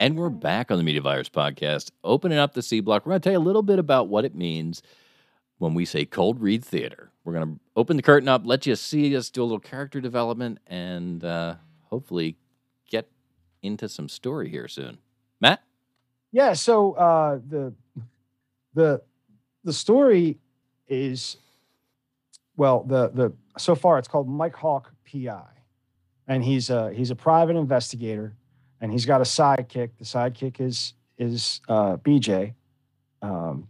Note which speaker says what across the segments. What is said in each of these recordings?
Speaker 1: And
Speaker 2: Mm-hmm.
Speaker 1: we're back on the Media Virus Podcast, opening up the C block. We're going to tell you a little bit about what it means when we say cold read theater. We're going to open the curtain up, let you see us do a little character development, and uh, hopefully get into some story here soon. Matt?
Speaker 2: Yeah. So uh, the the the story is well the the so far it's called Mike Hawk PI, and he's a he's a private investigator, and he's got a sidekick. The sidekick is is uh, BJ, um,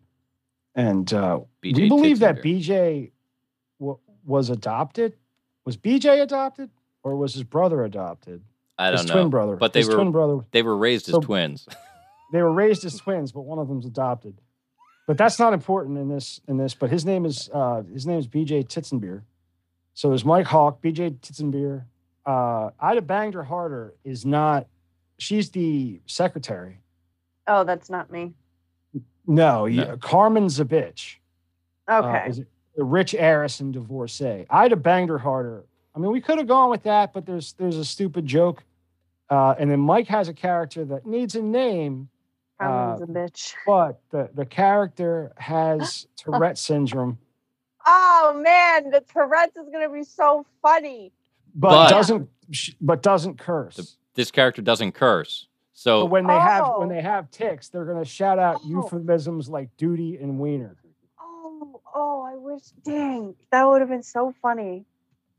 Speaker 2: and uh,
Speaker 1: BJ
Speaker 2: we believe that
Speaker 1: Titzinger.
Speaker 2: BJ w- was adopted. Was BJ adopted, or was his brother adopted?
Speaker 1: I
Speaker 2: his
Speaker 1: don't know.
Speaker 2: twin brother.
Speaker 1: but they
Speaker 2: his
Speaker 1: were-
Speaker 2: twin brother
Speaker 1: They were raised as
Speaker 2: So-
Speaker 1: twins.
Speaker 2: they were raised as twins, but one of them's adopted. But that's not important in this. In this, but his name is uh, his name is B.J. Titzenbeer. So there's Mike Hawk, B.J. Titzenbeer. Uh, Ida banged her harder is not. She's the secretary.
Speaker 3: Oh, that's not me.
Speaker 2: No,
Speaker 1: No.
Speaker 2: yeah, Carmen's a bitch. Uh,
Speaker 3: Okay.
Speaker 2: is a rich heiress and divorcee. Ida banged her harder. I mean, we could have gone with that, but there's there's a stupid joke. Uh, and then Mike has a character that needs a name, uh,
Speaker 3: Carmen's a bitch.
Speaker 2: but the, the character has Tourette syndrome,
Speaker 3: Oh man, the Tourette's is gonna be so funny.
Speaker 2: but,
Speaker 1: But-
Speaker 2: doesn't sh- but doesn't curse.
Speaker 1: this character doesn't curse.
Speaker 2: but
Speaker 1: So
Speaker 2: when they have when
Speaker 3: Oh.
Speaker 2: they have ticks, they're gonna shout out
Speaker 3: Oh.
Speaker 2: euphemisms like duty and wiener.
Speaker 3: Oh, oh, I wish dang, that would have been so funny.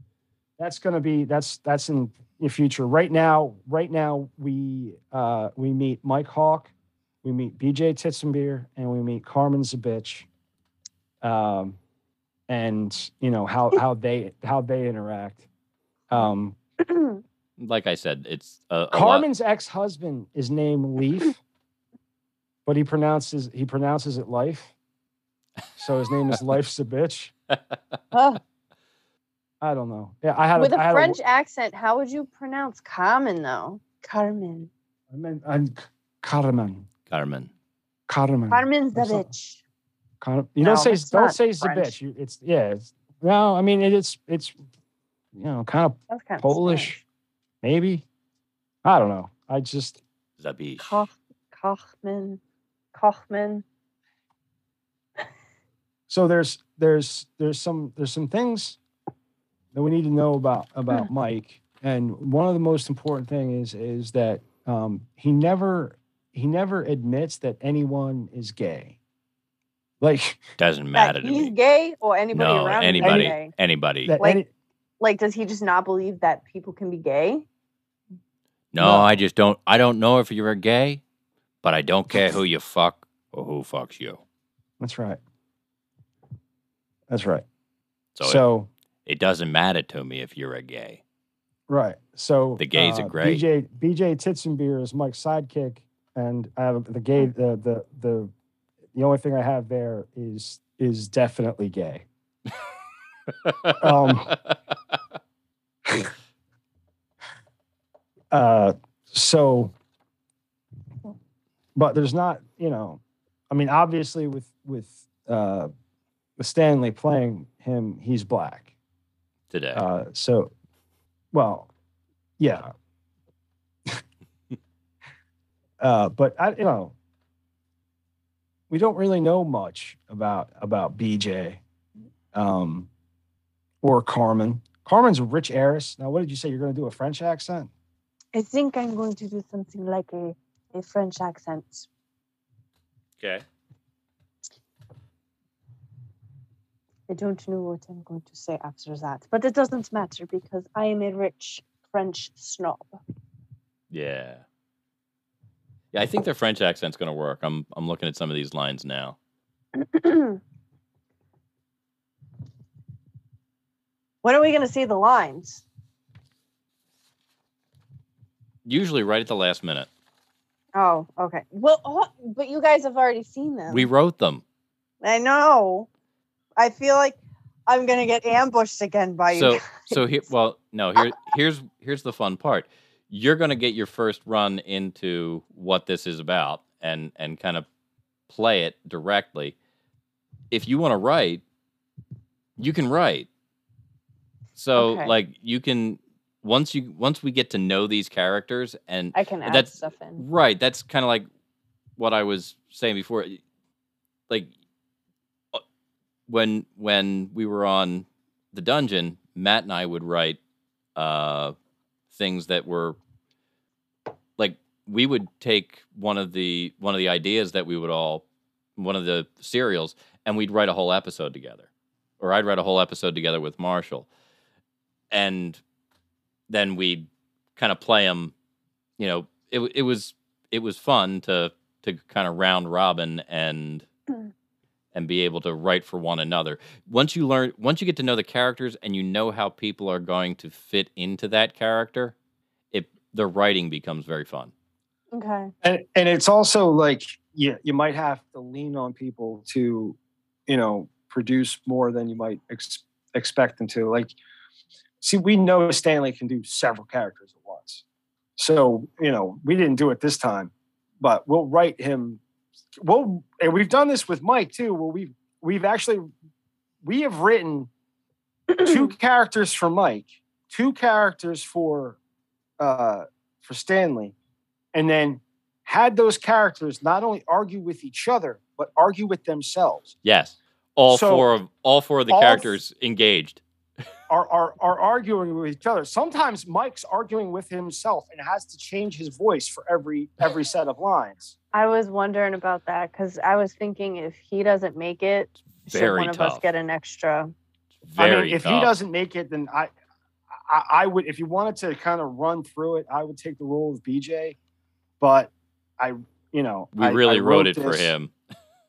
Speaker 2: That's gonna be that's that's in the future. Right now, right now we uh, we meet Mike Hawk, we meet BJ Titzenbeer, and we meet Carmen's a bitch. Um, and you know how how they how they interact. Um,
Speaker 1: like I said, it's a, a lot-
Speaker 2: Carmen's ex-husband is named Leaf, but he pronounces he pronounces it life. So his name is Life's a bitch.
Speaker 3: Ugh,
Speaker 2: I don't know. Yeah, I had
Speaker 3: with
Speaker 2: a,
Speaker 3: a
Speaker 2: I had
Speaker 3: French accent, how would you pronounce Carmen though? Carmen.
Speaker 2: I meant I'm Carmen.
Speaker 1: Carmen.
Speaker 2: Carmen.
Speaker 3: Carmen's the
Speaker 2: That's not-
Speaker 3: bitch.
Speaker 2: Car- you
Speaker 3: No,
Speaker 2: don't say
Speaker 3: that's
Speaker 2: don't
Speaker 3: not
Speaker 2: say it's a
Speaker 3: French.
Speaker 2: bitch. You, it's yeah. It's, no, I mean it, it's it's you know kind of
Speaker 3: That's kind of
Speaker 2: Polish, maybe. I don't know. I just
Speaker 1: Zabish.
Speaker 3: Koch, Kochman, Kochman.
Speaker 2: so there's there's there's some there's some things that we need to know about about
Speaker 1: Hmm.
Speaker 2: Mike, and one of the most important thing is is that um, he never he never admits that anyone is gay. Like
Speaker 1: Doesn't
Speaker 3: That
Speaker 1: matter to
Speaker 3: he's
Speaker 1: me.
Speaker 3: gay or anybody
Speaker 1: No,
Speaker 3: around him is
Speaker 1: anybody.
Speaker 3: gay?
Speaker 1: Anybody.
Speaker 2: that
Speaker 3: Like-
Speaker 2: any-
Speaker 3: Like, does he just not believe that people can be gay?
Speaker 1: No,
Speaker 2: No.
Speaker 1: I just don't. I don't know if you're gay, but I don't care who you fuck or who fucks you.
Speaker 2: that's right. That's right.
Speaker 1: So,
Speaker 2: So,
Speaker 1: it- it, doesn't matter to me if you're a gay.
Speaker 2: right. So uh,
Speaker 1: The gays are great.
Speaker 2: BJ BJ Titzenbeer is Mike's sidekick, and I have the gay
Speaker 1: Hmm.
Speaker 2: the the the the only thing I have there is is definitely gay. Um, Uh, so but there's not you know i mean obviously with with uh with stanley playing him he's black
Speaker 1: Today,
Speaker 2: uh so well yeah uh but i you know we don't really know much about about bj um or carmen carmen's a rich heiress now what did you say you're going to do a french accent
Speaker 3: I think I'm going to do something like a, a French accent.
Speaker 1: okay.
Speaker 3: I don't know what I'm going to say after that, but it doesn't matter because I am a rich French snob.
Speaker 1: Yeah. Yeah, I think the French accent's going to work. I'm I'm looking at some of these lines now.
Speaker 3: when are we going to see the lines?
Speaker 1: Usually, right at the last minute,
Speaker 3: Oh, okay. Well, oh, but you guys have already seen them.
Speaker 1: we wrote them.
Speaker 3: I know. I feel like I'm gonna get ambushed again by
Speaker 1: so
Speaker 3: you.
Speaker 1: so here. Well, no. Here here's here's the fun part. You're going to get your first run into what this is about, and and kind of play it directly. If you want to write, you can write. So
Speaker 3: Okay.
Speaker 1: like you can once you once we get to know these characters and
Speaker 3: I can add
Speaker 1: That's-
Speaker 3: stuff in.
Speaker 1: right, that's kind of like what I was saying before. Like uh, when when we were on the dungeon, Matt and I would write uh things that were like we would take one of the one of the ideas that we would all one of the serials and we'd write a whole episode together or I'd write a whole episode together with Marshall and then we'd kind of play them you know it w- it was it was fun to to kind of round robin and
Speaker 3: Mm.
Speaker 1: and be able to write for one another once you learn once you get to know the characters and you know how people are going to fit into that character it the writing becomes very fun
Speaker 3: Okay.
Speaker 2: and and it's also like you you might have to lean on people to you know produce more than you might ex- expect them to like see we know stanley can do several characters at once so you know we didn't do it this time but we'll write him we'll and we've done this with mike too well we've we've actually we have written two characters for mike two characters for uh for stanley and then had those characters not only argue with each other but argue with themselves
Speaker 1: yes all
Speaker 2: So-
Speaker 1: four of all four of the
Speaker 2: all f-
Speaker 1: characters engaged
Speaker 2: are, are are arguing with each other sometimes mike's arguing with himself and has to change his voice for every every set of lines
Speaker 3: I was wondering about that because I was thinking if he doesn't make it, should
Speaker 1: very
Speaker 3: one of us
Speaker 1: tough.
Speaker 3: get an extra?
Speaker 1: very um,
Speaker 2: i mean if he
Speaker 1: tough.
Speaker 2: doesn't make it then I, I i would if you wanted to kind of run through it i would take the role of bj but i you know
Speaker 1: we
Speaker 2: I-
Speaker 1: really
Speaker 2: I
Speaker 1: wrote it for
Speaker 2: this-
Speaker 1: him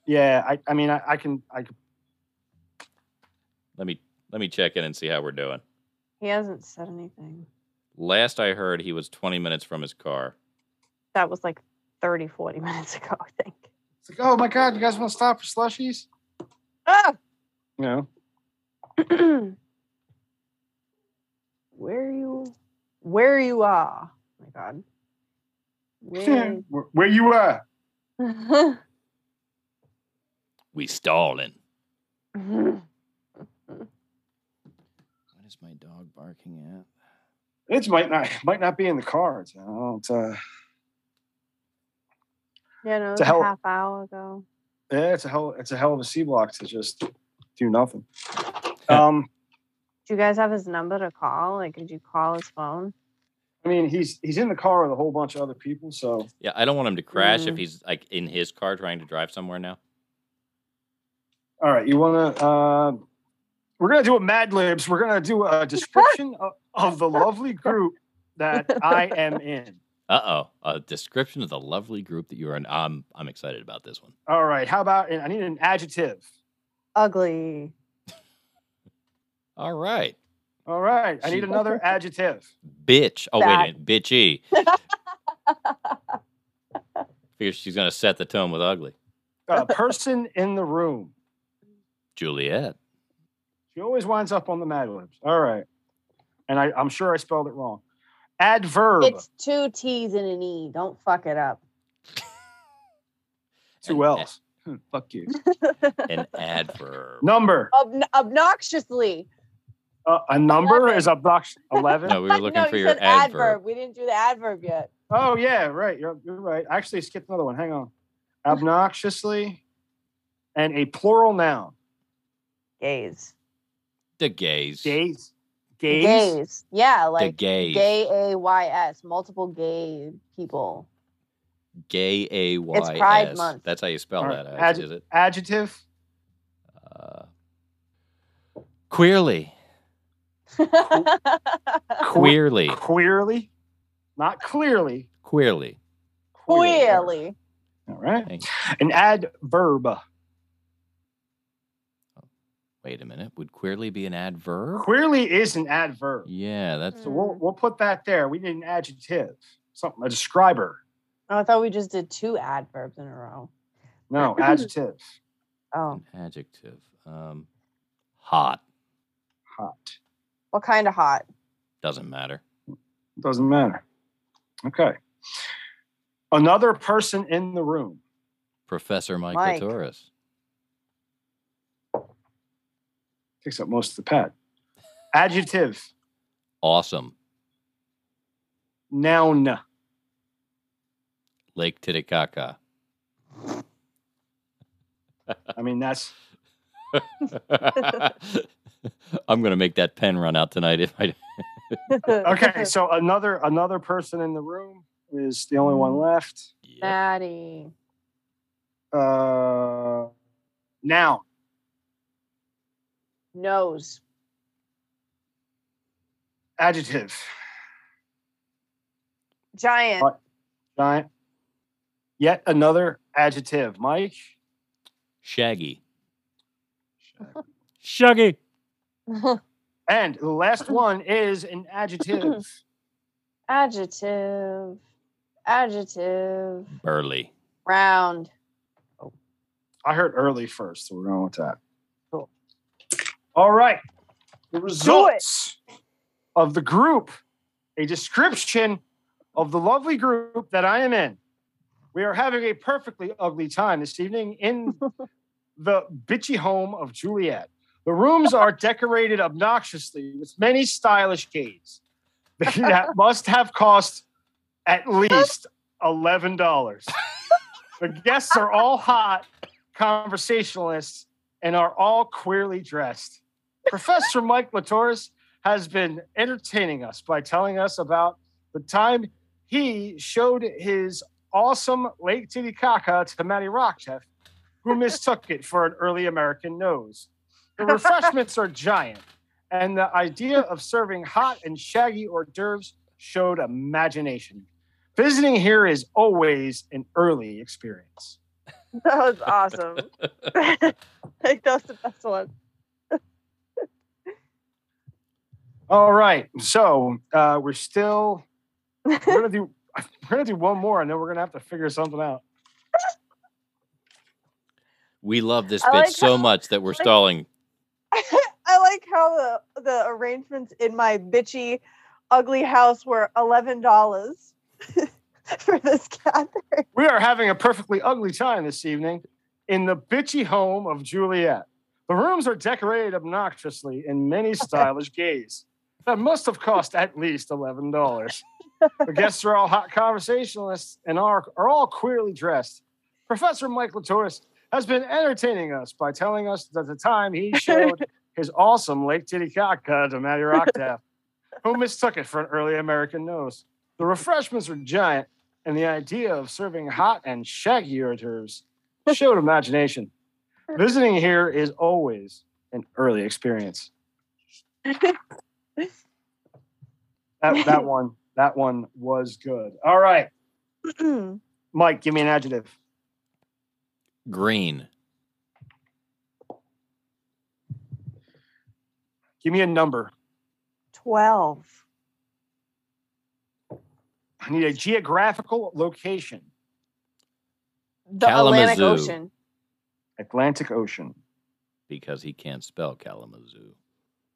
Speaker 2: yeah i i mean i, I can i can
Speaker 1: let me let me check in and see how we're doing
Speaker 3: He hasn't said anything.
Speaker 1: last i heard he was 20 minutes from his car
Speaker 3: That was like 30, 40 minutes ago, I think.
Speaker 2: it's like oh my god you guys want to stop for slushies you know
Speaker 3: Ah! where you where you are. Oh my God. Where
Speaker 2: where, where you at
Speaker 1: we stalling
Speaker 3: Where
Speaker 1: What is my dog barking at?
Speaker 2: It might not might not be in the cards. I don't. Uh,
Speaker 3: Yeah, no, it
Speaker 2: It's
Speaker 3: was
Speaker 2: a
Speaker 3: a
Speaker 2: hell-
Speaker 3: half hour ago.
Speaker 2: yeah, it's a hell. It's a hell of a C block to just do nothing. Um,
Speaker 3: Do you guys have his number to call? Like, did you call his phone?
Speaker 2: I mean, he's he's in the car with a whole bunch of other people. So
Speaker 1: Yeah, I don't want him to crash if
Speaker 3: Mm.
Speaker 1: he's like in his car trying to drive somewhere now.
Speaker 2: all right, you want to? Uh, we're gonna do a Mad Libs. We're gonna do a description of, of the lovely group that I am in.
Speaker 1: Uh oh. A description of the lovely group that you are in. I'm I'm excited about this one.
Speaker 2: All right, how about? And I need an adjective.
Speaker 3: Ugly.
Speaker 1: All right.
Speaker 2: All right, I need another adjective.
Speaker 1: Bitch. Oh wait a
Speaker 3: That-
Speaker 1: minute. Bitchy. Figures she's gonna set the tone with ugly.
Speaker 2: Uh, person in the room.
Speaker 1: Juliet.
Speaker 2: She always winds up on the Mad Libs. All right. And I, I'm sure I spelled it wrong. Adverb.
Speaker 3: It's two T's and an E. Don't fuck it up.
Speaker 2: Two L's. Hmm, Fuck you.
Speaker 1: An adverb.
Speaker 2: Number.
Speaker 3: Ob- obnoxiously.
Speaker 2: Uh, a number is obnoxious. 11.
Speaker 1: No, we were looking
Speaker 3: no,
Speaker 1: for
Speaker 3: you
Speaker 1: your
Speaker 3: said
Speaker 1: adverb.
Speaker 3: We didn't do the adverb yet.
Speaker 2: Oh, yeah, right. You're, you're right. I actually skipped another one. Hang on. Obnoxiously and a plural noun.
Speaker 3: Gays.
Speaker 1: The gays.
Speaker 2: Gays. Gays.
Speaker 3: Gays. Yeah,
Speaker 1: The
Speaker 3: like
Speaker 1: gays.
Speaker 3: gay A Y S. Multiple gay people.
Speaker 1: Gay A Y S.
Speaker 3: Month.
Speaker 1: That's how you spell
Speaker 2: All
Speaker 1: that.
Speaker 2: right,
Speaker 1: Alex,
Speaker 2: adj-
Speaker 1: is it?
Speaker 2: Adjective.
Speaker 1: Uh, queerly.
Speaker 2: Que-
Speaker 1: Queerly.
Speaker 2: Queerly. Not clearly.
Speaker 1: Queerly.
Speaker 3: Queerly.
Speaker 2: All right.
Speaker 1: Thank
Speaker 2: An adverb.
Speaker 1: Wait a minute. Would queerly be an adverb?
Speaker 2: Queerly is an adverb.
Speaker 1: Yeah, that's
Speaker 2: So we'll we'll put that there. We need an adjective, something a describer.
Speaker 3: Oh, I thought we just did two adverbs in a row.
Speaker 2: No, adjective.
Speaker 3: Oh,
Speaker 1: an adjective. Um, hot
Speaker 2: Hot.
Speaker 3: what kind of hot?
Speaker 1: doesn't matter.
Speaker 2: Doesn't matter. Okay. Another person in the room.
Speaker 1: Professor Mike,
Speaker 3: Mike.
Speaker 1: Latourus.
Speaker 2: Takes up most of the pad. Adjective.
Speaker 1: Awesome.
Speaker 2: Noun.
Speaker 1: Lake Titicaca.
Speaker 2: I mean, that's
Speaker 1: I'm going to make that pen run out tonight if I
Speaker 2: okay. So another another person in the room is the only one left.
Speaker 1: Yeah.
Speaker 3: Maddie.
Speaker 2: Uh, noun.
Speaker 3: Nose.
Speaker 2: Adjective.
Speaker 3: Giant.
Speaker 2: What? Giant. Yet another adjective. Mike.
Speaker 1: Shaggy.
Speaker 4: Shuggy.
Speaker 2: And the last one is an adjective.
Speaker 3: Adjective. Adjective.
Speaker 1: Burly.
Speaker 3: Round.
Speaker 2: I heard early first, so we're going with that.
Speaker 3: Cool.
Speaker 2: All right. The results of the group, a description of the lovely group that I am in. We are having a perfectly ugly time this evening in the bitchy home of Juliet. The rooms are decorated obnoxiously with many stylish gates that must have cost at least $11. The guests are all hot conversationalists and are all queerly dressed. Professor Mike Latoris has been entertaining us by telling us about the time he showed his awesome Lake Titicaca to Matty Rockchef, who mistook it for an early American nose. The refreshments are giant, and the idea of serving hot and shaggy hors d'oeuvres showed imagination. Visiting here is always an early experience.
Speaker 3: That was awesome. like, that was the best one.
Speaker 2: All right, so uh, we're still we're gonna do we're gonna do one more, and then we're gonna have to figure something out.
Speaker 1: We love this
Speaker 3: I
Speaker 1: bit
Speaker 3: like
Speaker 1: so
Speaker 3: how-
Speaker 1: much that we're
Speaker 3: like-
Speaker 1: stalling.
Speaker 3: I like how the, the arrangements in my bitchy, ugly house were $11 for this cat.
Speaker 2: We are having a perfectly ugly time this evening in the bitchy home of Juliet. The rooms are decorated obnoxiously in many stylish gays that must have cost at least eleven dollars. The guests are all hot conversationalists and are, are all queerly dressed. Professor Mike Latoris has been entertaining us by telling us that the time he showed his awesome Lake Titicaca to Matty Rocktaff, who mistook it for an early American nose. The refreshments were giant, and the idea of serving hot and shaggy hors d'oeuvres showed imagination. Visiting here is always an early experience. That, that one, that one was good. All right, Mike, give me an adjective.
Speaker 1: Green.
Speaker 2: Give me a number.
Speaker 3: 12.
Speaker 2: I need a geographical location.
Speaker 3: The Atlantic
Speaker 1: Kalamazoo.
Speaker 3: Ocean.
Speaker 2: Atlantic Ocean.
Speaker 1: Because he can't spell Kalamazoo.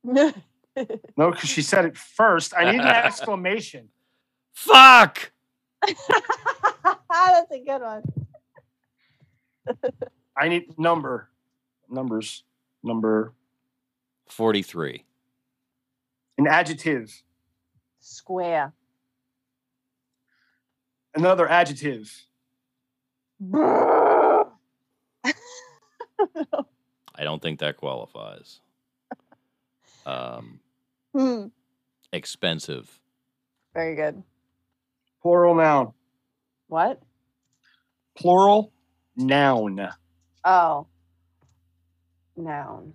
Speaker 2: No, because she said it first. I need an exclamation.
Speaker 1: Fuck!
Speaker 3: That's a good one.
Speaker 2: I need number. Numbers. Number.
Speaker 1: 43.
Speaker 2: An adjective.
Speaker 3: Square.
Speaker 2: Another adjective.
Speaker 3: Hmm.
Speaker 1: I don't think that qualifies. Um,
Speaker 3: Hmm.
Speaker 1: expensive.
Speaker 3: Very good.
Speaker 2: Plural noun.
Speaker 3: What?
Speaker 2: Plural noun.
Speaker 3: Oh. Noun.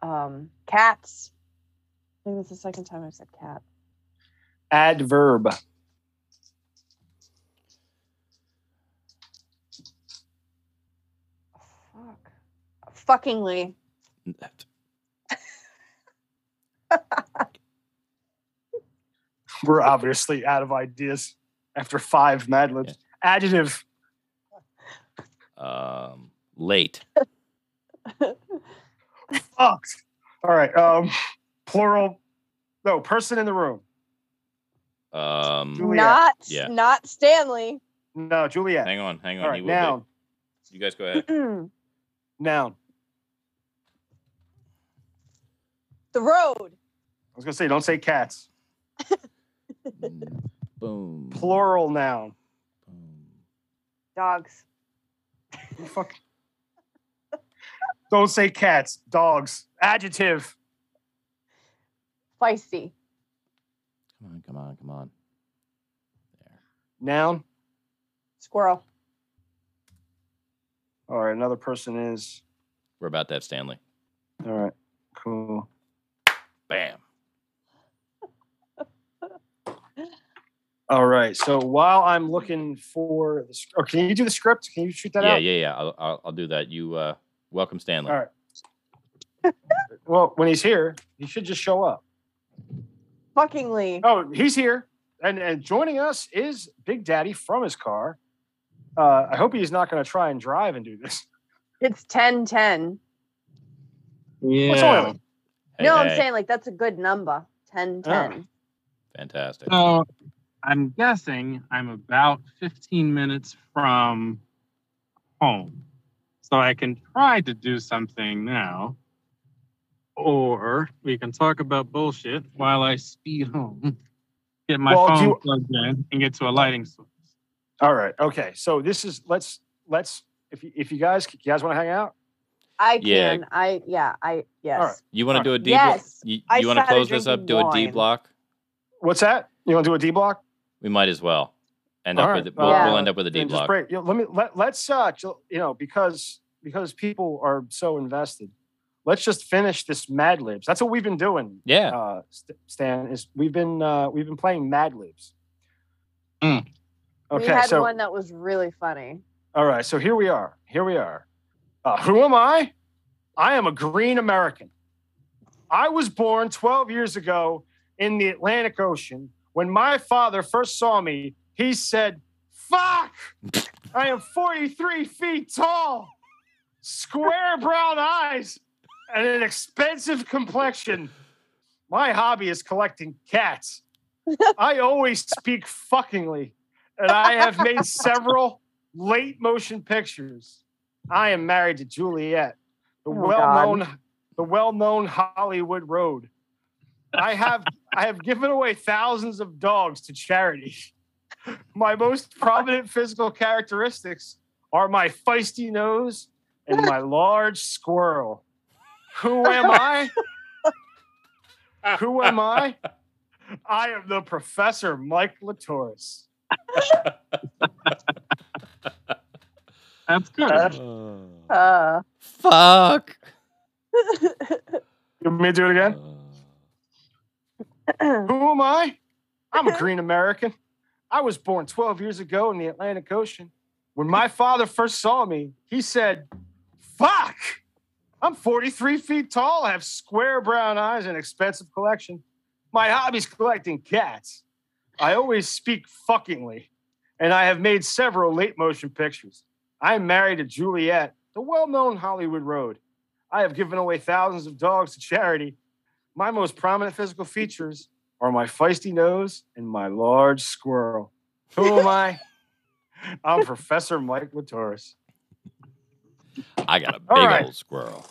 Speaker 3: Um, cats. I think that's the second time I've said cat.
Speaker 2: Adverb.
Speaker 3: Fuck. Fuckingly.
Speaker 2: We're obviously out of ideas after five Mad Libs. Adjective.
Speaker 1: Um, late.
Speaker 2: Fucked. All right. Um, plural. No, person in the room.
Speaker 1: Um,
Speaker 2: Juliet.
Speaker 3: Not
Speaker 1: Yeah.
Speaker 3: not Stanley.
Speaker 2: No, Juliet.
Speaker 1: hang on, hang on.
Speaker 2: All
Speaker 1: he
Speaker 2: right.
Speaker 1: will be.
Speaker 2: Noun.
Speaker 1: You guys go ahead.
Speaker 2: Uh,
Speaker 3: the
Speaker 2: Noun.
Speaker 3: road.
Speaker 2: I was gonna say, don't say cats.
Speaker 1: Boom.
Speaker 2: Plural noun.
Speaker 1: boom.
Speaker 3: Dogs.
Speaker 2: You Fuck. Don't say cats, dogs. Adjective.
Speaker 3: Feisty.
Speaker 1: Come on, come on, come on. There.
Speaker 2: Noun.
Speaker 3: Squirrel.
Speaker 2: All right, another person is.
Speaker 1: We're about to have Stanley.
Speaker 2: All right, cool.
Speaker 1: Bam.
Speaker 2: All right, so while I'm looking for the script, or can you do the script? Can you shoot that
Speaker 1: yeah,
Speaker 2: out?
Speaker 1: yeah, yeah. I'll, I'll, I'll do that. You uh, welcome Stanley.
Speaker 2: All right. Well, when he's here, he should just show up.
Speaker 3: Fuckingly.
Speaker 2: Oh, he's here. And, and joining us is Big Daddy from his car. Uh, I hope he's not going to try and drive and do this.
Speaker 3: It's ten ten.
Speaker 2: Well, it's only like-
Speaker 1: Hey,
Speaker 3: no, I'm
Speaker 1: hey.
Speaker 3: saying like that's a good number. Ten
Speaker 2: Oh.
Speaker 3: ten.
Speaker 1: Fantastic.
Speaker 4: So I'm guessing I'm about 15 minutes from home. So I can try to do something now. Or we can talk about bullshit while I speed home, get my
Speaker 2: Well, do
Speaker 4: phone
Speaker 2: you-
Speaker 4: plugged in, and get to a lighting source.
Speaker 2: All right. Okay. So this is let's let's if you, if you guys you guys want to hang out.
Speaker 3: I
Speaker 1: Yeah.
Speaker 3: can. I yeah. I yes.
Speaker 2: All right.
Speaker 1: You want to
Speaker 2: Alright.
Speaker 1: do a D
Speaker 3: Yes,
Speaker 1: block? You,
Speaker 3: I
Speaker 1: want to
Speaker 3: started
Speaker 1: close this up? Do
Speaker 3: drinking
Speaker 1: a D
Speaker 3: wine.
Speaker 1: block?
Speaker 2: What's that? You want to do a D block?
Speaker 1: We might as well end up
Speaker 2: Alright,
Speaker 1: with. We'll,
Speaker 3: uh,
Speaker 1: we'll end up with a D
Speaker 2: and just
Speaker 1: block.
Speaker 2: break. You know, let me let let's uh ju- you know because because people are so invested. Let's just finish this Mad Libs. That's what we've been doing.
Speaker 1: Yeah.
Speaker 2: Uh, St- Stan is we've been uh, we've been playing Mad Libs.
Speaker 4: Mm.
Speaker 3: we
Speaker 2: Okay,
Speaker 3: had
Speaker 2: so
Speaker 3: one that was really funny.
Speaker 2: all right, so here we are. Here we are. Uh, who am I? I am a green American. I was born 12 years ago in the Atlantic Ocean. When my father first saw me, he said, Fuck! I am 43 feet tall, square brown eyes, and an expensive complexion. My hobby is collecting cats. I always speak fuckingly, and I have made several late motion pictures. I am married to Juliet, the
Speaker 3: Oh,
Speaker 2: well-known the well-known Hollywood Road. I have I have given away thousands of dogs to charity. My most prominent physical characteristics are my feisty nose and my large squirrel. Who am I? Who am I? I am the professor Mike Latoris.
Speaker 4: That's good.
Speaker 2: Uh,
Speaker 3: Uh,
Speaker 1: Fuck.
Speaker 2: You want me to do it again?
Speaker 3: oh
Speaker 2: Who am I? I'm a green American. I was born 12 years ago in the Atlantic Ocean. When my father first saw me, he said, Fuck! I'm 43 feet tall. I have square brown eyes and expensive collection. My hobby's collecting cats. I always speak fuckingly, and I have made several late motion pictures. I'm married to Juliet, the well known Hollywood Road. I have given away thousands of dogs to charity. My most prominent physical features are my feisty nose and my large squirrel. Who am I? I'm Professor Mike Latoris.
Speaker 1: I got a big
Speaker 2: Alright.
Speaker 1: old squirrel.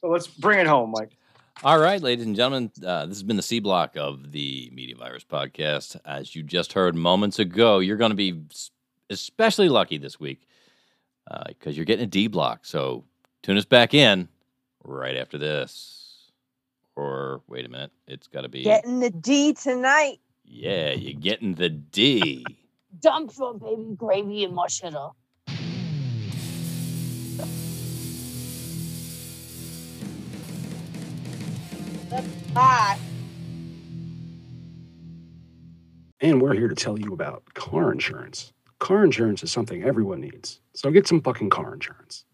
Speaker 2: So let's bring it home, Mike.
Speaker 1: All right, ladies and gentlemen, uh, this has been the C block of the Media Virus podcast. As you just heard moments ago, you're going to be s- especially lucky this week because you're getting a D block. So tune us back in right after this. Or wait a minute, it's got to be
Speaker 3: getting the D tonight.
Speaker 1: yeah, you're getting the D.
Speaker 5: Dump for baby gravy and mush it up.
Speaker 3: Bye.
Speaker 6: And we're here to tell you about car insurance. Car insurance is something everyone needs. So get some fucking car insurance.